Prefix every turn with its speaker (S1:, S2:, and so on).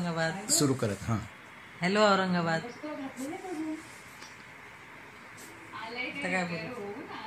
S1: औरंगाबाद
S2: सुरू करत हां
S1: हॅलो औरंगाबाद आता काय बोलू